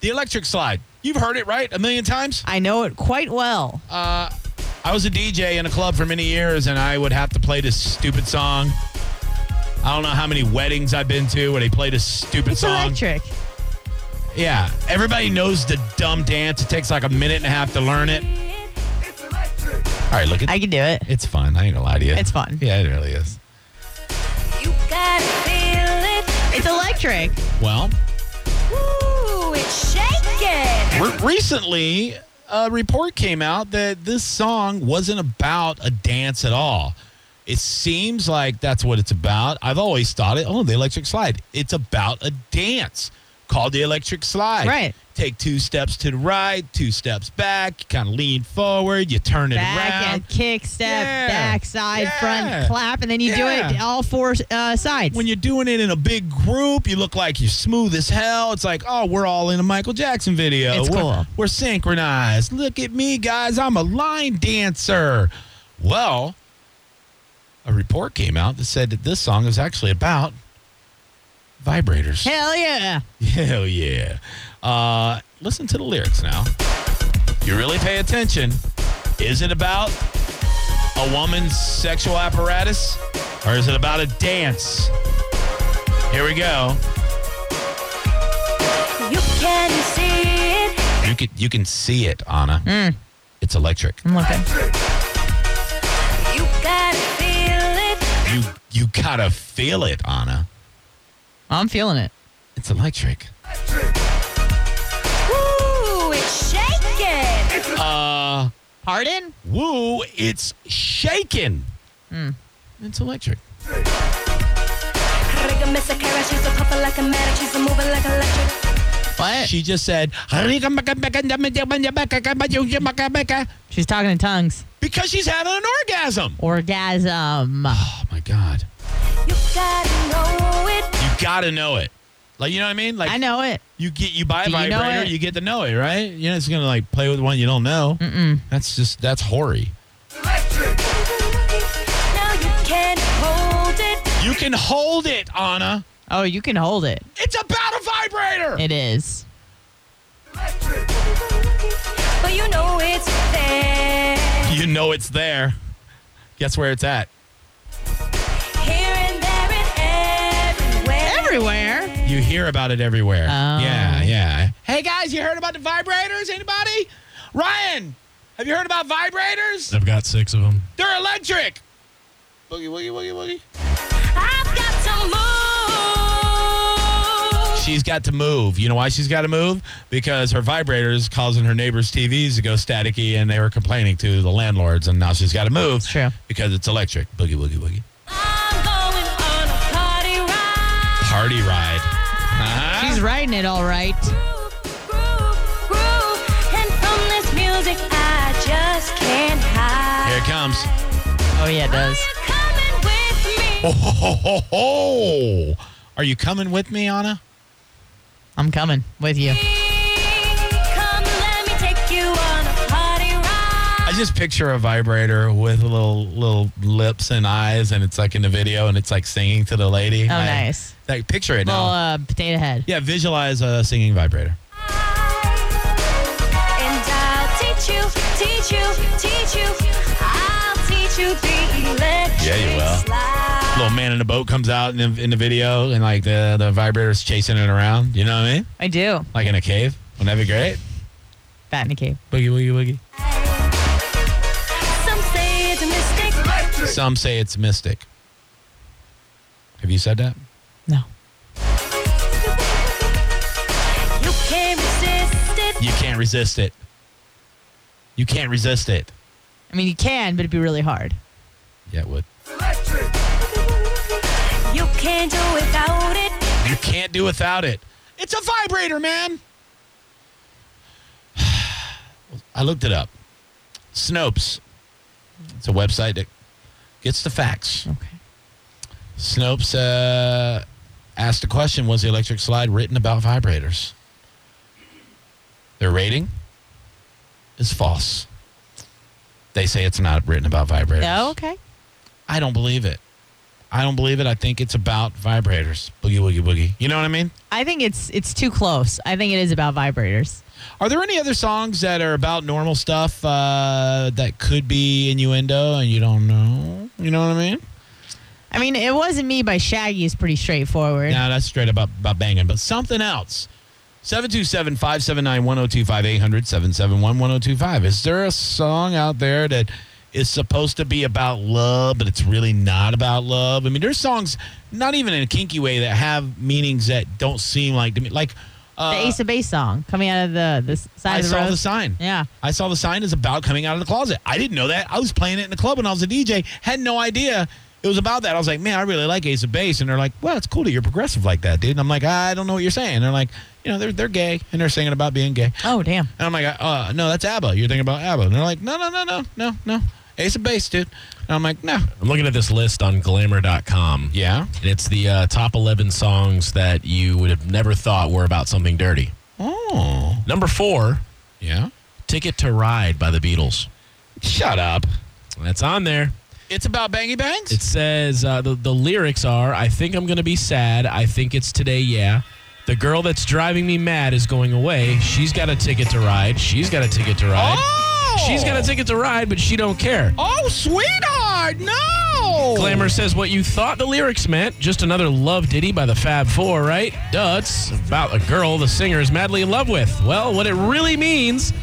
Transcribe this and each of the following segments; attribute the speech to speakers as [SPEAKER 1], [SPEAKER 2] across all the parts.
[SPEAKER 1] The electric slide. You've heard it, right? A million times?
[SPEAKER 2] I know it quite well.
[SPEAKER 1] Uh, I was a DJ in a club for many years, and I would have to play this stupid song. I don't know how many weddings I've been to where they played a stupid
[SPEAKER 2] It's
[SPEAKER 1] song.
[SPEAKER 2] electric.
[SPEAKER 1] Yeah, everybody knows the dumb dance. It takes like a minute and a half to learn it. All right, look at
[SPEAKER 2] I can do it.
[SPEAKER 1] It's fun. I ain't gonna lie to you.
[SPEAKER 2] It's fun.
[SPEAKER 1] Yeah, it really is.
[SPEAKER 3] You gotta feel it.
[SPEAKER 2] It's electric.
[SPEAKER 1] Well,
[SPEAKER 3] Ooh, it's shaking.
[SPEAKER 1] re- recently a report came out that this song wasn't about a dance at all. It seems like that's what it's about. I've always thought it. Oh, the electric slide. It's about a dance called the electric slide.
[SPEAKER 2] Right.
[SPEAKER 1] Take two steps to the right, two steps back. You kind of lean forward. You turn it
[SPEAKER 2] Back
[SPEAKER 1] around.
[SPEAKER 2] and kick, step,
[SPEAKER 1] Yeah.
[SPEAKER 2] back, side,
[SPEAKER 1] Yeah.
[SPEAKER 2] front, clap, and then you do
[SPEAKER 1] Yeah.
[SPEAKER 2] it all four uh, sides.
[SPEAKER 1] when you're doing it in a big group, you look like you're smooth as hell. It's like, oh, we're all in a Michael Jackson video.
[SPEAKER 2] It's
[SPEAKER 1] we're,
[SPEAKER 2] cool.
[SPEAKER 1] We're synchronized. Look at me, guys. I'm a line dancer. Well, a report came out that said that this song is actually about vibrators.
[SPEAKER 2] Hell yeah.
[SPEAKER 1] Hell yeah. Uh, listen to the lyrics now. You really pay attention. Is it about a woman's sexual apparatus or is it about a dance? Here we go.
[SPEAKER 3] You can see it.
[SPEAKER 1] You can you can see it, Anna. It's electric.
[SPEAKER 2] I'm looking.
[SPEAKER 3] You gotta feel it.
[SPEAKER 1] You you gotta feel it, Anna.
[SPEAKER 2] I'm feeling it.
[SPEAKER 1] It's electric.
[SPEAKER 3] Ooh, it's shaking.
[SPEAKER 1] Uh
[SPEAKER 2] Pardon?
[SPEAKER 1] woo, it's shaking. It's electric.
[SPEAKER 3] Riga miss a carrot. She's a puppet like a man. She's a moving like electric.
[SPEAKER 2] What?
[SPEAKER 1] She just said because
[SPEAKER 2] She's talking in tongues.
[SPEAKER 1] she's having an orgasm.
[SPEAKER 2] Orgasm.
[SPEAKER 1] Oh my god.
[SPEAKER 3] You gotta know it.
[SPEAKER 1] You gotta know it. Like you know what I mean? Like
[SPEAKER 2] I know it.
[SPEAKER 1] you get you buy a
[SPEAKER 2] Do you know
[SPEAKER 1] vibrator,
[SPEAKER 2] it?
[SPEAKER 1] you get to know it, right? You're just gonna like play with one you don't know. Mm-mm. That's just that's hoary.
[SPEAKER 3] Now you can hold it.
[SPEAKER 1] You can hold it, Anna.
[SPEAKER 2] Oh, you can hold it.
[SPEAKER 1] It's about a vibrator.
[SPEAKER 2] It is.
[SPEAKER 3] But you know it's there.
[SPEAKER 1] you know it's there. Guess where it's at?
[SPEAKER 3] Here and there and everywhere.
[SPEAKER 2] Everywhere.
[SPEAKER 1] You hear about it everywhere.
[SPEAKER 2] Oh.
[SPEAKER 1] Yeah, yeah. Hey guys, you heard about the vibrators? Anybody? Ryan, have you heard about vibrators?
[SPEAKER 4] I've got six of them.
[SPEAKER 1] They're electric. Boogie, woogie, woogie,
[SPEAKER 3] I've got to move.
[SPEAKER 1] woogie. She's got to move. You know why she's got to move? Because her vibrators causing her neighbors' TVs to go staticky, and they were complaining to the landlords, and now she's got to move.
[SPEAKER 2] true.
[SPEAKER 1] Because it's electric. Boogie, woogie, woogie.
[SPEAKER 3] I'm going on a party ride.
[SPEAKER 1] Party ride. Uh-huh. Huh?
[SPEAKER 2] She's writing it all right.
[SPEAKER 3] Groove, groove, groove. And from this music, I just can't hide.
[SPEAKER 1] Here it comes.
[SPEAKER 2] Oh, yeah, it does.
[SPEAKER 1] Oh,
[SPEAKER 3] You're coming with me.
[SPEAKER 1] ho, ho, ho, ho. Are you coming with me, Anna?
[SPEAKER 2] I'm coming with you.
[SPEAKER 3] Come, let me take you on a party ride.
[SPEAKER 1] I just picture a vibrator with little little lips and eyes, and it's like in the video, and it's like singing to the lady.
[SPEAKER 2] Oh,
[SPEAKER 1] I-
[SPEAKER 2] nice.
[SPEAKER 1] Like picture it
[SPEAKER 2] Little
[SPEAKER 1] now.
[SPEAKER 2] uh, potato head.
[SPEAKER 1] yeah, visualize a singing vibrator.
[SPEAKER 3] And I'll teach you, teach you, teach you. I'll teach you the electric
[SPEAKER 1] Yeah, you will.
[SPEAKER 3] slide.
[SPEAKER 1] Little man in a boat comes out in the, in the video, and like the the vibrator's chasing it around. You know what I mean?
[SPEAKER 2] I do.
[SPEAKER 1] Like in a cave. Wouldn't that be great?
[SPEAKER 2] Bat in a cave.
[SPEAKER 1] Boogie woogie woogie.
[SPEAKER 3] Some say it's a mistake.
[SPEAKER 1] Some say it's mystic. Have you said that?
[SPEAKER 2] No.
[SPEAKER 3] You can't resist it.
[SPEAKER 1] You can't resist it. You can't resist it.
[SPEAKER 2] I mean, you can, but it'd be really hard.
[SPEAKER 1] Yeah, it would.
[SPEAKER 3] You can't do without it.
[SPEAKER 1] You can't do without it. It's a vibrator, man. I looked it up. Snopes. It's a website that gets the facts.
[SPEAKER 2] Okay.
[SPEAKER 1] Snopes uh, asked the question Was the electric slide written about vibrators? Their rating is false. They say it's not written about vibrators.
[SPEAKER 2] Oh, okay.
[SPEAKER 1] I don't believe it. I don't believe it. I think it's about vibrators. Boogie, woogie, boogie. You know what I mean?
[SPEAKER 2] I think it's it's too close. I think it is about vibrators.
[SPEAKER 1] Are there any other songs that are about normal stuff uh, that could be innuendo and you don't know? You know what I mean?
[SPEAKER 2] I mean, it wasn't me by Shaggy is pretty straightforward.
[SPEAKER 1] Now that's straight about, about banging, but something else. 727 579 1025 800 771 1025. Is there a song out there that is supposed to be about love, but it's really not about love? I mean, there's songs, not even in a kinky way, that have meanings that don't seem like to me. Like, uh,
[SPEAKER 2] the Ace of Base song coming out of the the s-
[SPEAKER 1] I
[SPEAKER 2] side of the
[SPEAKER 1] saw
[SPEAKER 2] road.
[SPEAKER 1] the sign.
[SPEAKER 2] yeah.
[SPEAKER 1] I saw the sign is about coming out of the closet. I didn't know that. I was playing it in the club when I was a DJ. Had no idea it was about that. I was like, man, I really like Ace of Base. And they're like, well, it's cool that you're progressive like that, dude. And I'm like, I don't know what you're saying. they're like, you know, they're, they're gay and they're singing about being gay.
[SPEAKER 2] Oh damn.
[SPEAKER 1] And I'm like, uh, no, that's ABBA. You're thinking about ABBA. And they're like, no, no, no, no, no, no. Ace of Base, dude. And I'm like, no.
[SPEAKER 4] I'm looking at this list on glamour.com.
[SPEAKER 1] Yeah.
[SPEAKER 4] And it's the uh, top 11 songs that you would have never thought were about something dirty.
[SPEAKER 1] Oh.
[SPEAKER 4] Number four,
[SPEAKER 1] Yeah.
[SPEAKER 4] Ticket to Ride by the Beatles.
[SPEAKER 1] Shut up.
[SPEAKER 4] That's on there.
[SPEAKER 1] It's about bangy bangs?
[SPEAKER 4] It says uh, the, the lyrics are I think I'm going to be sad. I think it's today, yeah. The girl that's driving me mad is going away. She's got a ticket to ride. She's got a ticket to ride.
[SPEAKER 1] oh.
[SPEAKER 4] She's got a ticket to ride, but she don't care.
[SPEAKER 1] Oh, sweetheart, no.
[SPEAKER 4] Glamour says what you thought the lyrics meant. Just another love ditty by the Fab Four, right? Duh, it's about a girl the singer is madly in love with. Well, what it really means.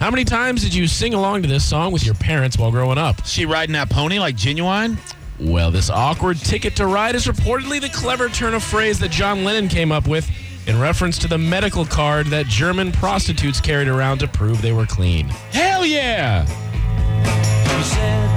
[SPEAKER 4] How many times did you sing along to this song with your parents while growing up?
[SPEAKER 1] She riding that pony like genuine?
[SPEAKER 4] Well, this awkward ticket to ride is reportedly the clever turn of phrase that John Lennon came up with in reference to the medical card that German prostitutes carried around to prove they were clean.
[SPEAKER 1] Hell yeah!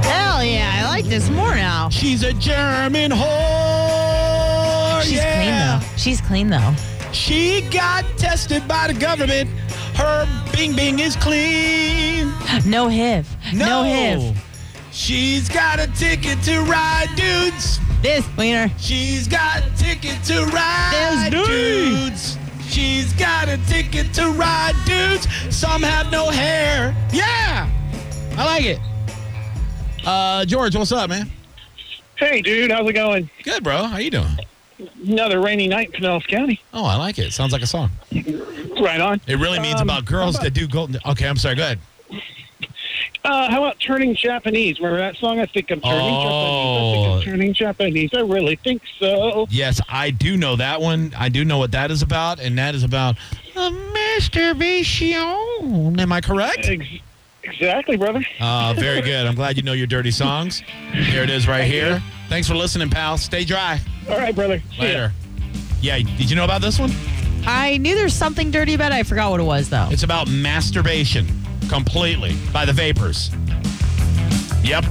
[SPEAKER 2] Hell yeah, I like this more now.
[SPEAKER 1] She's a German whore.
[SPEAKER 2] She's
[SPEAKER 1] Oh, yeah.
[SPEAKER 2] clean though. She's clean though.
[SPEAKER 1] She got tested by the government. Her Bing Bing is clean.
[SPEAKER 2] No HIV.
[SPEAKER 1] No,
[SPEAKER 2] HIV.
[SPEAKER 1] She's got a ticket to ride, dudes.
[SPEAKER 2] This wiener.
[SPEAKER 1] She's got a ticket to ride,
[SPEAKER 2] That's deep.
[SPEAKER 1] dudes. She's got a ticket to ride, dudes. Some have no hair. Yeah, I like it. Uh, George, what's up, man?
[SPEAKER 5] Hey, dude, how's it going?
[SPEAKER 1] Good, bro. How you doing?
[SPEAKER 5] Another rainy night in Pinellas County.
[SPEAKER 1] Oh, I like it. Sounds like a song.
[SPEAKER 5] Right on.
[SPEAKER 1] It really means
[SPEAKER 5] Um,
[SPEAKER 1] about girls that do golden. Okay, I'm sorry. Go ahead.
[SPEAKER 5] Uh, how about Turning Japanese? Remember that song? I think I'm turning Japanese. I
[SPEAKER 1] Oh.
[SPEAKER 5] think I'm turning Japanese. I really think so.
[SPEAKER 1] Yes, I do know that one. I do know what that is about, and that is about uh, masturbation. Am I correct?
[SPEAKER 5] Ex- exactly, brother.
[SPEAKER 1] Uh, very good. I'm glad you know your dirty songs. Here it is right here. Thanks for listening, pal. Stay dry.
[SPEAKER 5] All right, brother. See ya.
[SPEAKER 1] Later. Yeah, did you know about this one?
[SPEAKER 2] I knew there's something dirty about it. I forgot what it was though.
[SPEAKER 1] It's about masturbation completely by the vapors. Yep.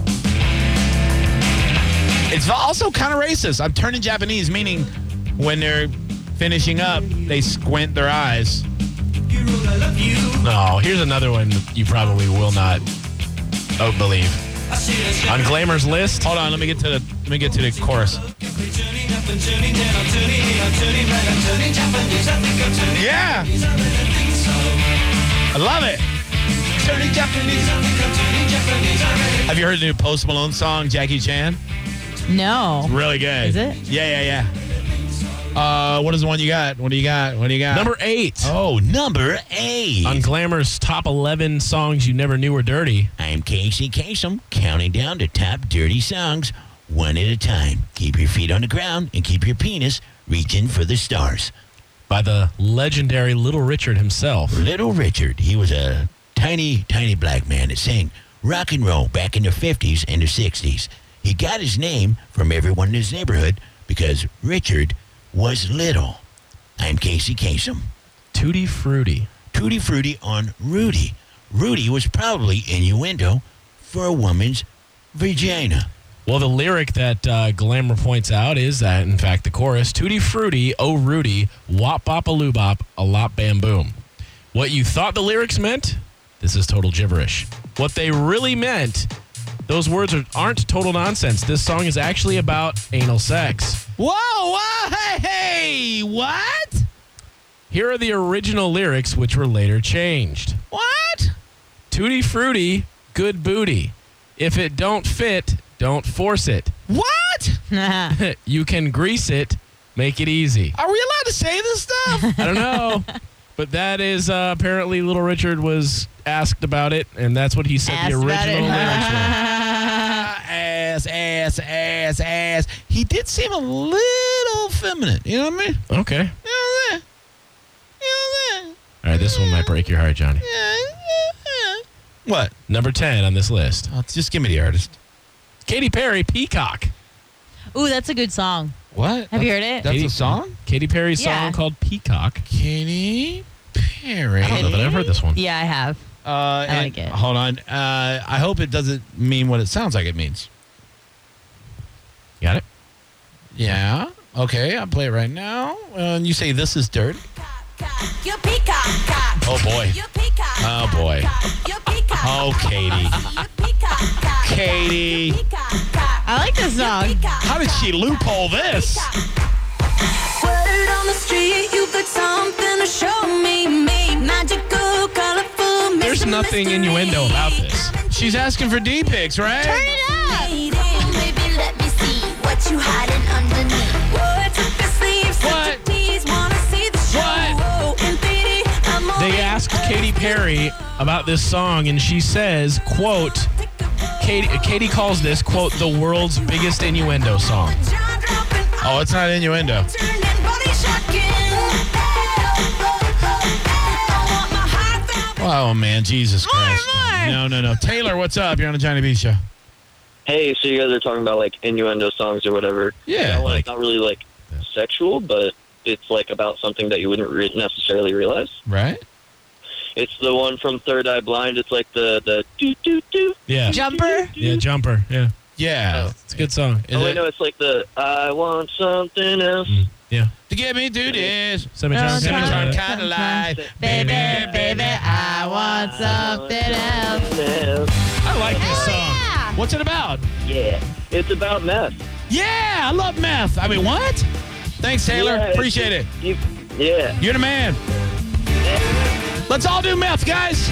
[SPEAKER 1] It's also kind of racist. I'm turning Japanese, meaning when they're finishing up, they squint their eyes.
[SPEAKER 4] No, here's another one you probably will not oh, believe. On Glamour's list,
[SPEAKER 1] Hold on, let me get to the let me get to the chorus. Yeah. I love it. Turning Japanese. Have you heard the new Post Malone song, Jackie Chan?
[SPEAKER 2] No.
[SPEAKER 1] Really good.
[SPEAKER 2] Is it?
[SPEAKER 1] Yeah, yeah, yeah. Uh, what is the one you got? What do you got? What do you got?
[SPEAKER 4] number eight.
[SPEAKER 1] oh, number eight.
[SPEAKER 4] On Glamour's top 11 songs you never knew were dirty.
[SPEAKER 1] I'm Casey Kasem, counting down the top dirty songs one at a time. Keep your feet on the ground and keep your penis reaching for the stars.
[SPEAKER 4] by the legendary Little Richard himself.
[SPEAKER 1] Little Richard, he was a tiny, tiny black man that sang rock and roll back in the 50s and the 60s. He got his name from everyone in his neighborhood because Richard was little. I'm Casey Kasem.
[SPEAKER 4] Tutti Frutti.
[SPEAKER 1] Tutti Frutti on Rudy. Rudy was probably innuendo for a woman's vagina.
[SPEAKER 4] Well, the lyric that uh, Glamour points out is that, in fact, the chorus Tutti Frutti, oh Rudy, wop bop a loo bop, a lop bam boom. What you thought the lyrics meant? This is total gibberish. What they really meant, those words are, aren't total nonsense. This song is actually about anal sex.
[SPEAKER 1] Whoa, whoa, hey, hey, what?
[SPEAKER 4] Here are the original lyrics, which were later changed.
[SPEAKER 1] What?
[SPEAKER 4] Tutti frutti, good booty. If it don't fit, don't force it.
[SPEAKER 1] What?
[SPEAKER 4] you can grease it, make it easy.
[SPEAKER 1] Are we allowed to say this stuff?
[SPEAKER 4] I don't know. But that is uh, apparently Little Richard was asked about it, and that's what he said
[SPEAKER 2] Asked
[SPEAKER 4] the
[SPEAKER 2] about
[SPEAKER 4] original
[SPEAKER 2] it.
[SPEAKER 4] lyrics were.
[SPEAKER 1] Ah, ass, ass, ass, ass. He did seem a little feminine. You know what I mean?
[SPEAKER 4] Okay.
[SPEAKER 1] You know what I'm saying? You know what I'm saying?
[SPEAKER 4] All right, this one might break your heart, Johnny.
[SPEAKER 1] Yeah, yeah, yeah. What?
[SPEAKER 4] Number 10 on this list
[SPEAKER 1] Oh, just give me the artist.
[SPEAKER 4] Katy Perry, Peacock.
[SPEAKER 2] Ooh, that's a good song.
[SPEAKER 1] What?
[SPEAKER 2] Have you heard it?
[SPEAKER 1] That's
[SPEAKER 4] Katy-
[SPEAKER 1] a song?
[SPEAKER 4] Katy Perry's
[SPEAKER 2] Yeah.
[SPEAKER 4] song called Peacock.
[SPEAKER 1] Katy Perry.
[SPEAKER 4] I don't know that I've heard this one.
[SPEAKER 2] Yeah, I have.
[SPEAKER 1] Uh, I
[SPEAKER 2] like it.
[SPEAKER 1] Hold on. Uh, I hope it doesn't mean what it sounds like it means.
[SPEAKER 4] Got it?
[SPEAKER 1] Yeah. Okay. I'll play it right now. Uh, and you say this is dirt.
[SPEAKER 3] You peacock.
[SPEAKER 1] Oh, boy.
[SPEAKER 3] You peacock.
[SPEAKER 1] Oh, boy.
[SPEAKER 3] You peacock.
[SPEAKER 1] Oh, Katie.
[SPEAKER 3] You peacock.
[SPEAKER 1] Katie.
[SPEAKER 3] Peacock.
[SPEAKER 4] Uh,
[SPEAKER 2] I like this song.
[SPEAKER 1] How did she loophole this?
[SPEAKER 3] Word on the street, you got something to show me. me. Magical, colorful,
[SPEAKER 4] There's
[SPEAKER 3] missing
[SPEAKER 4] nothing
[SPEAKER 3] mystery.
[SPEAKER 4] innuendo about this.
[SPEAKER 1] She's asking for D pics, right?
[SPEAKER 3] Baby, baby, let me see what you hiding underneath. Words up your sleeve, such
[SPEAKER 1] What?
[SPEAKER 3] a tease, wanna see the show.
[SPEAKER 1] What?
[SPEAKER 3] In 3D, I'm
[SPEAKER 4] They
[SPEAKER 3] already
[SPEAKER 4] asked
[SPEAKER 3] up.
[SPEAKER 4] Katy Perry about this song, and she says, quote,
[SPEAKER 3] Take a roll.
[SPEAKER 4] Katy, Katy calls this, quote, the world's biggest innuendo song.
[SPEAKER 3] Jaw-dropping,
[SPEAKER 1] Oh, it's not innuendo.
[SPEAKER 3] turning body shocking. Oh, oh, oh, oh. I want my heart throbbing.
[SPEAKER 1] Oh man, Jesus Christ!
[SPEAKER 2] more.
[SPEAKER 1] No, no, no. Taylor, what's up? You're on the Johnny B Show.
[SPEAKER 6] hey, so you guys are talking about like innuendo songs or whatever.
[SPEAKER 1] Yeah,
[SPEAKER 6] That one's
[SPEAKER 1] like-
[SPEAKER 6] not really like sexual, but it's like about something that you wouldn't re- necessarily realize.
[SPEAKER 1] Right?
[SPEAKER 6] It's the one from Third Eye Blind. It's like the the do do do.
[SPEAKER 4] Yeah.
[SPEAKER 2] Jumper.
[SPEAKER 4] Yeah, Jumper. Yeah.
[SPEAKER 1] Yeah.
[SPEAKER 4] It's a good song.
[SPEAKER 1] Is
[SPEAKER 6] Oh, wait,
[SPEAKER 1] it-
[SPEAKER 6] no, it's like the I want something else.
[SPEAKER 4] Yeah.
[SPEAKER 1] To get me through this.
[SPEAKER 2] Oh,
[SPEAKER 4] Semi-charmed.
[SPEAKER 1] Semi-charmed
[SPEAKER 4] Semi-charmed.
[SPEAKER 1] kind of life.
[SPEAKER 2] Baby, baby, I want something else.
[SPEAKER 1] I like this song.
[SPEAKER 2] yeah.
[SPEAKER 1] What's it about?
[SPEAKER 6] Yeah, it's about meth.
[SPEAKER 1] Yeah, I love meth. I mean, what? Thanks, Taylor.
[SPEAKER 6] Yeah, it's-
[SPEAKER 1] Appreciate it.
[SPEAKER 6] You, yeah.
[SPEAKER 1] You're the man. Let's all do meth, guys.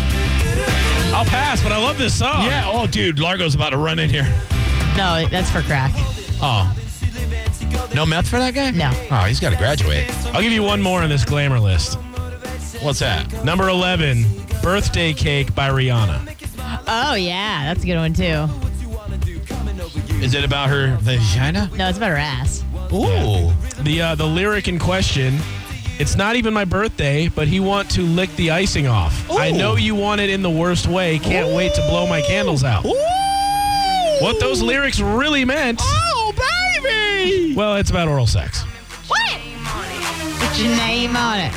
[SPEAKER 4] I'll pass, but I love this song.
[SPEAKER 1] Yeah. Oh, dude, Largo's about to run in here.
[SPEAKER 2] No, that's for crack.
[SPEAKER 1] Oh. No meth for that guy?
[SPEAKER 2] No.
[SPEAKER 1] Oh, he's got to graduate.
[SPEAKER 4] I'll give you one more on this glamour list.
[SPEAKER 1] What's that?
[SPEAKER 4] Number 11, Birthday Cake by Rihanna.
[SPEAKER 2] Oh yeah, that's a good one too.
[SPEAKER 1] Is it about her vagina?
[SPEAKER 2] No, it's about her ass.
[SPEAKER 1] Ooh.
[SPEAKER 4] The uh, the lyric in question, it's not even my birthday, but he want to lick the icing off. I
[SPEAKER 1] Ooh.
[SPEAKER 4] know you want it in the worst way. Can't wait to blow my candles out.
[SPEAKER 1] Ooh.
[SPEAKER 4] What those lyrics really meant,
[SPEAKER 1] Oh, baby.
[SPEAKER 4] well, it's about oral sex.
[SPEAKER 2] Put your name on it.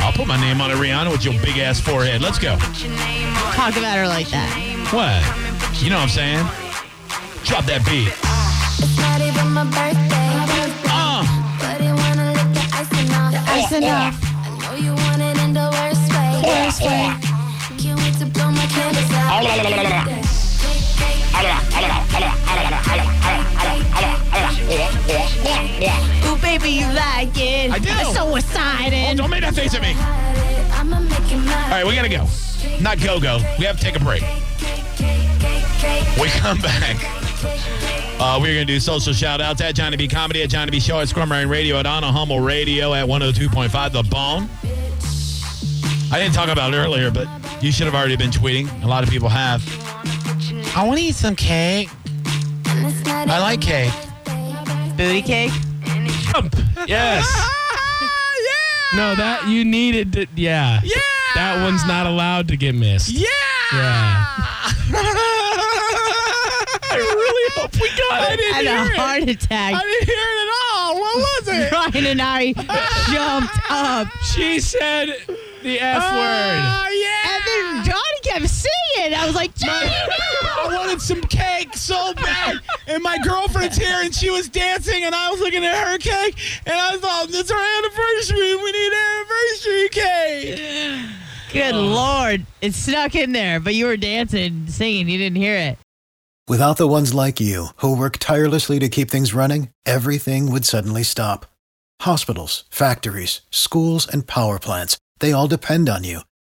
[SPEAKER 1] I'll put my name on it, Rihanna, with your big ass forehead. Let's go.
[SPEAKER 2] Talk about her like that.
[SPEAKER 1] What? You know what I'm saying? Drop that beat.
[SPEAKER 7] Not even my birthday,
[SPEAKER 1] Uh,
[SPEAKER 7] but it wanna lick the icing off. The icing off. I know you want it in the worst way. Worst way. Can't wait to blow my candles out.
[SPEAKER 2] Ooh, baby, you like it.
[SPEAKER 1] I do.
[SPEAKER 2] I'm so excited.
[SPEAKER 1] don't make that face at me. All
[SPEAKER 7] I'ma make it mine.
[SPEAKER 1] right, we gotta go. Not go go. We have to take a break. We come back. Uh, we're gonna do social shout outs at Johnny B Comedy at Johnny B Show at Squirm Rain Radio at Anna Hummel Radio at 102.5 The Bone. I didn't talk about it earlier, but you should have already been tweeting. A lot of people have. I want to eat some cake.
[SPEAKER 7] And it's not
[SPEAKER 1] I like cake.
[SPEAKER 2] Booty cake.
[SPEAKER 4] Jump. Yes. No, that you needed. To, yeah. Yeah. That one's not allowed to get missed. Yeah.
[SPEAKER 1] I really hope we got it.
[SPEAKER 2] I had a heart attack.
[SPEAKER 1] didn't hear it at all. What was it?
[SPEAKER 2] Ryan and I jumped up.
[SPEAKER 4] She said the F word.
[SPEAKER 2] And then Johnny kept singing. I was like, Johnny,
[SPEAKER 1] I wanted some cake so bad, and my girlfriend's here, and she was dancing, and I was looking at her cake, and I thought, "It's our anniversary. We need anniversary cake."
[SPEAKER 2] Good lord. It snuck in there, but you were dancing, singing. You didn't hear it.
[SPEAKER 8] Without the ones like you, who work tirelessly to keep things running, everything would suddenly stop. Hospitals, factories, schools, and power plants, they all depend on you.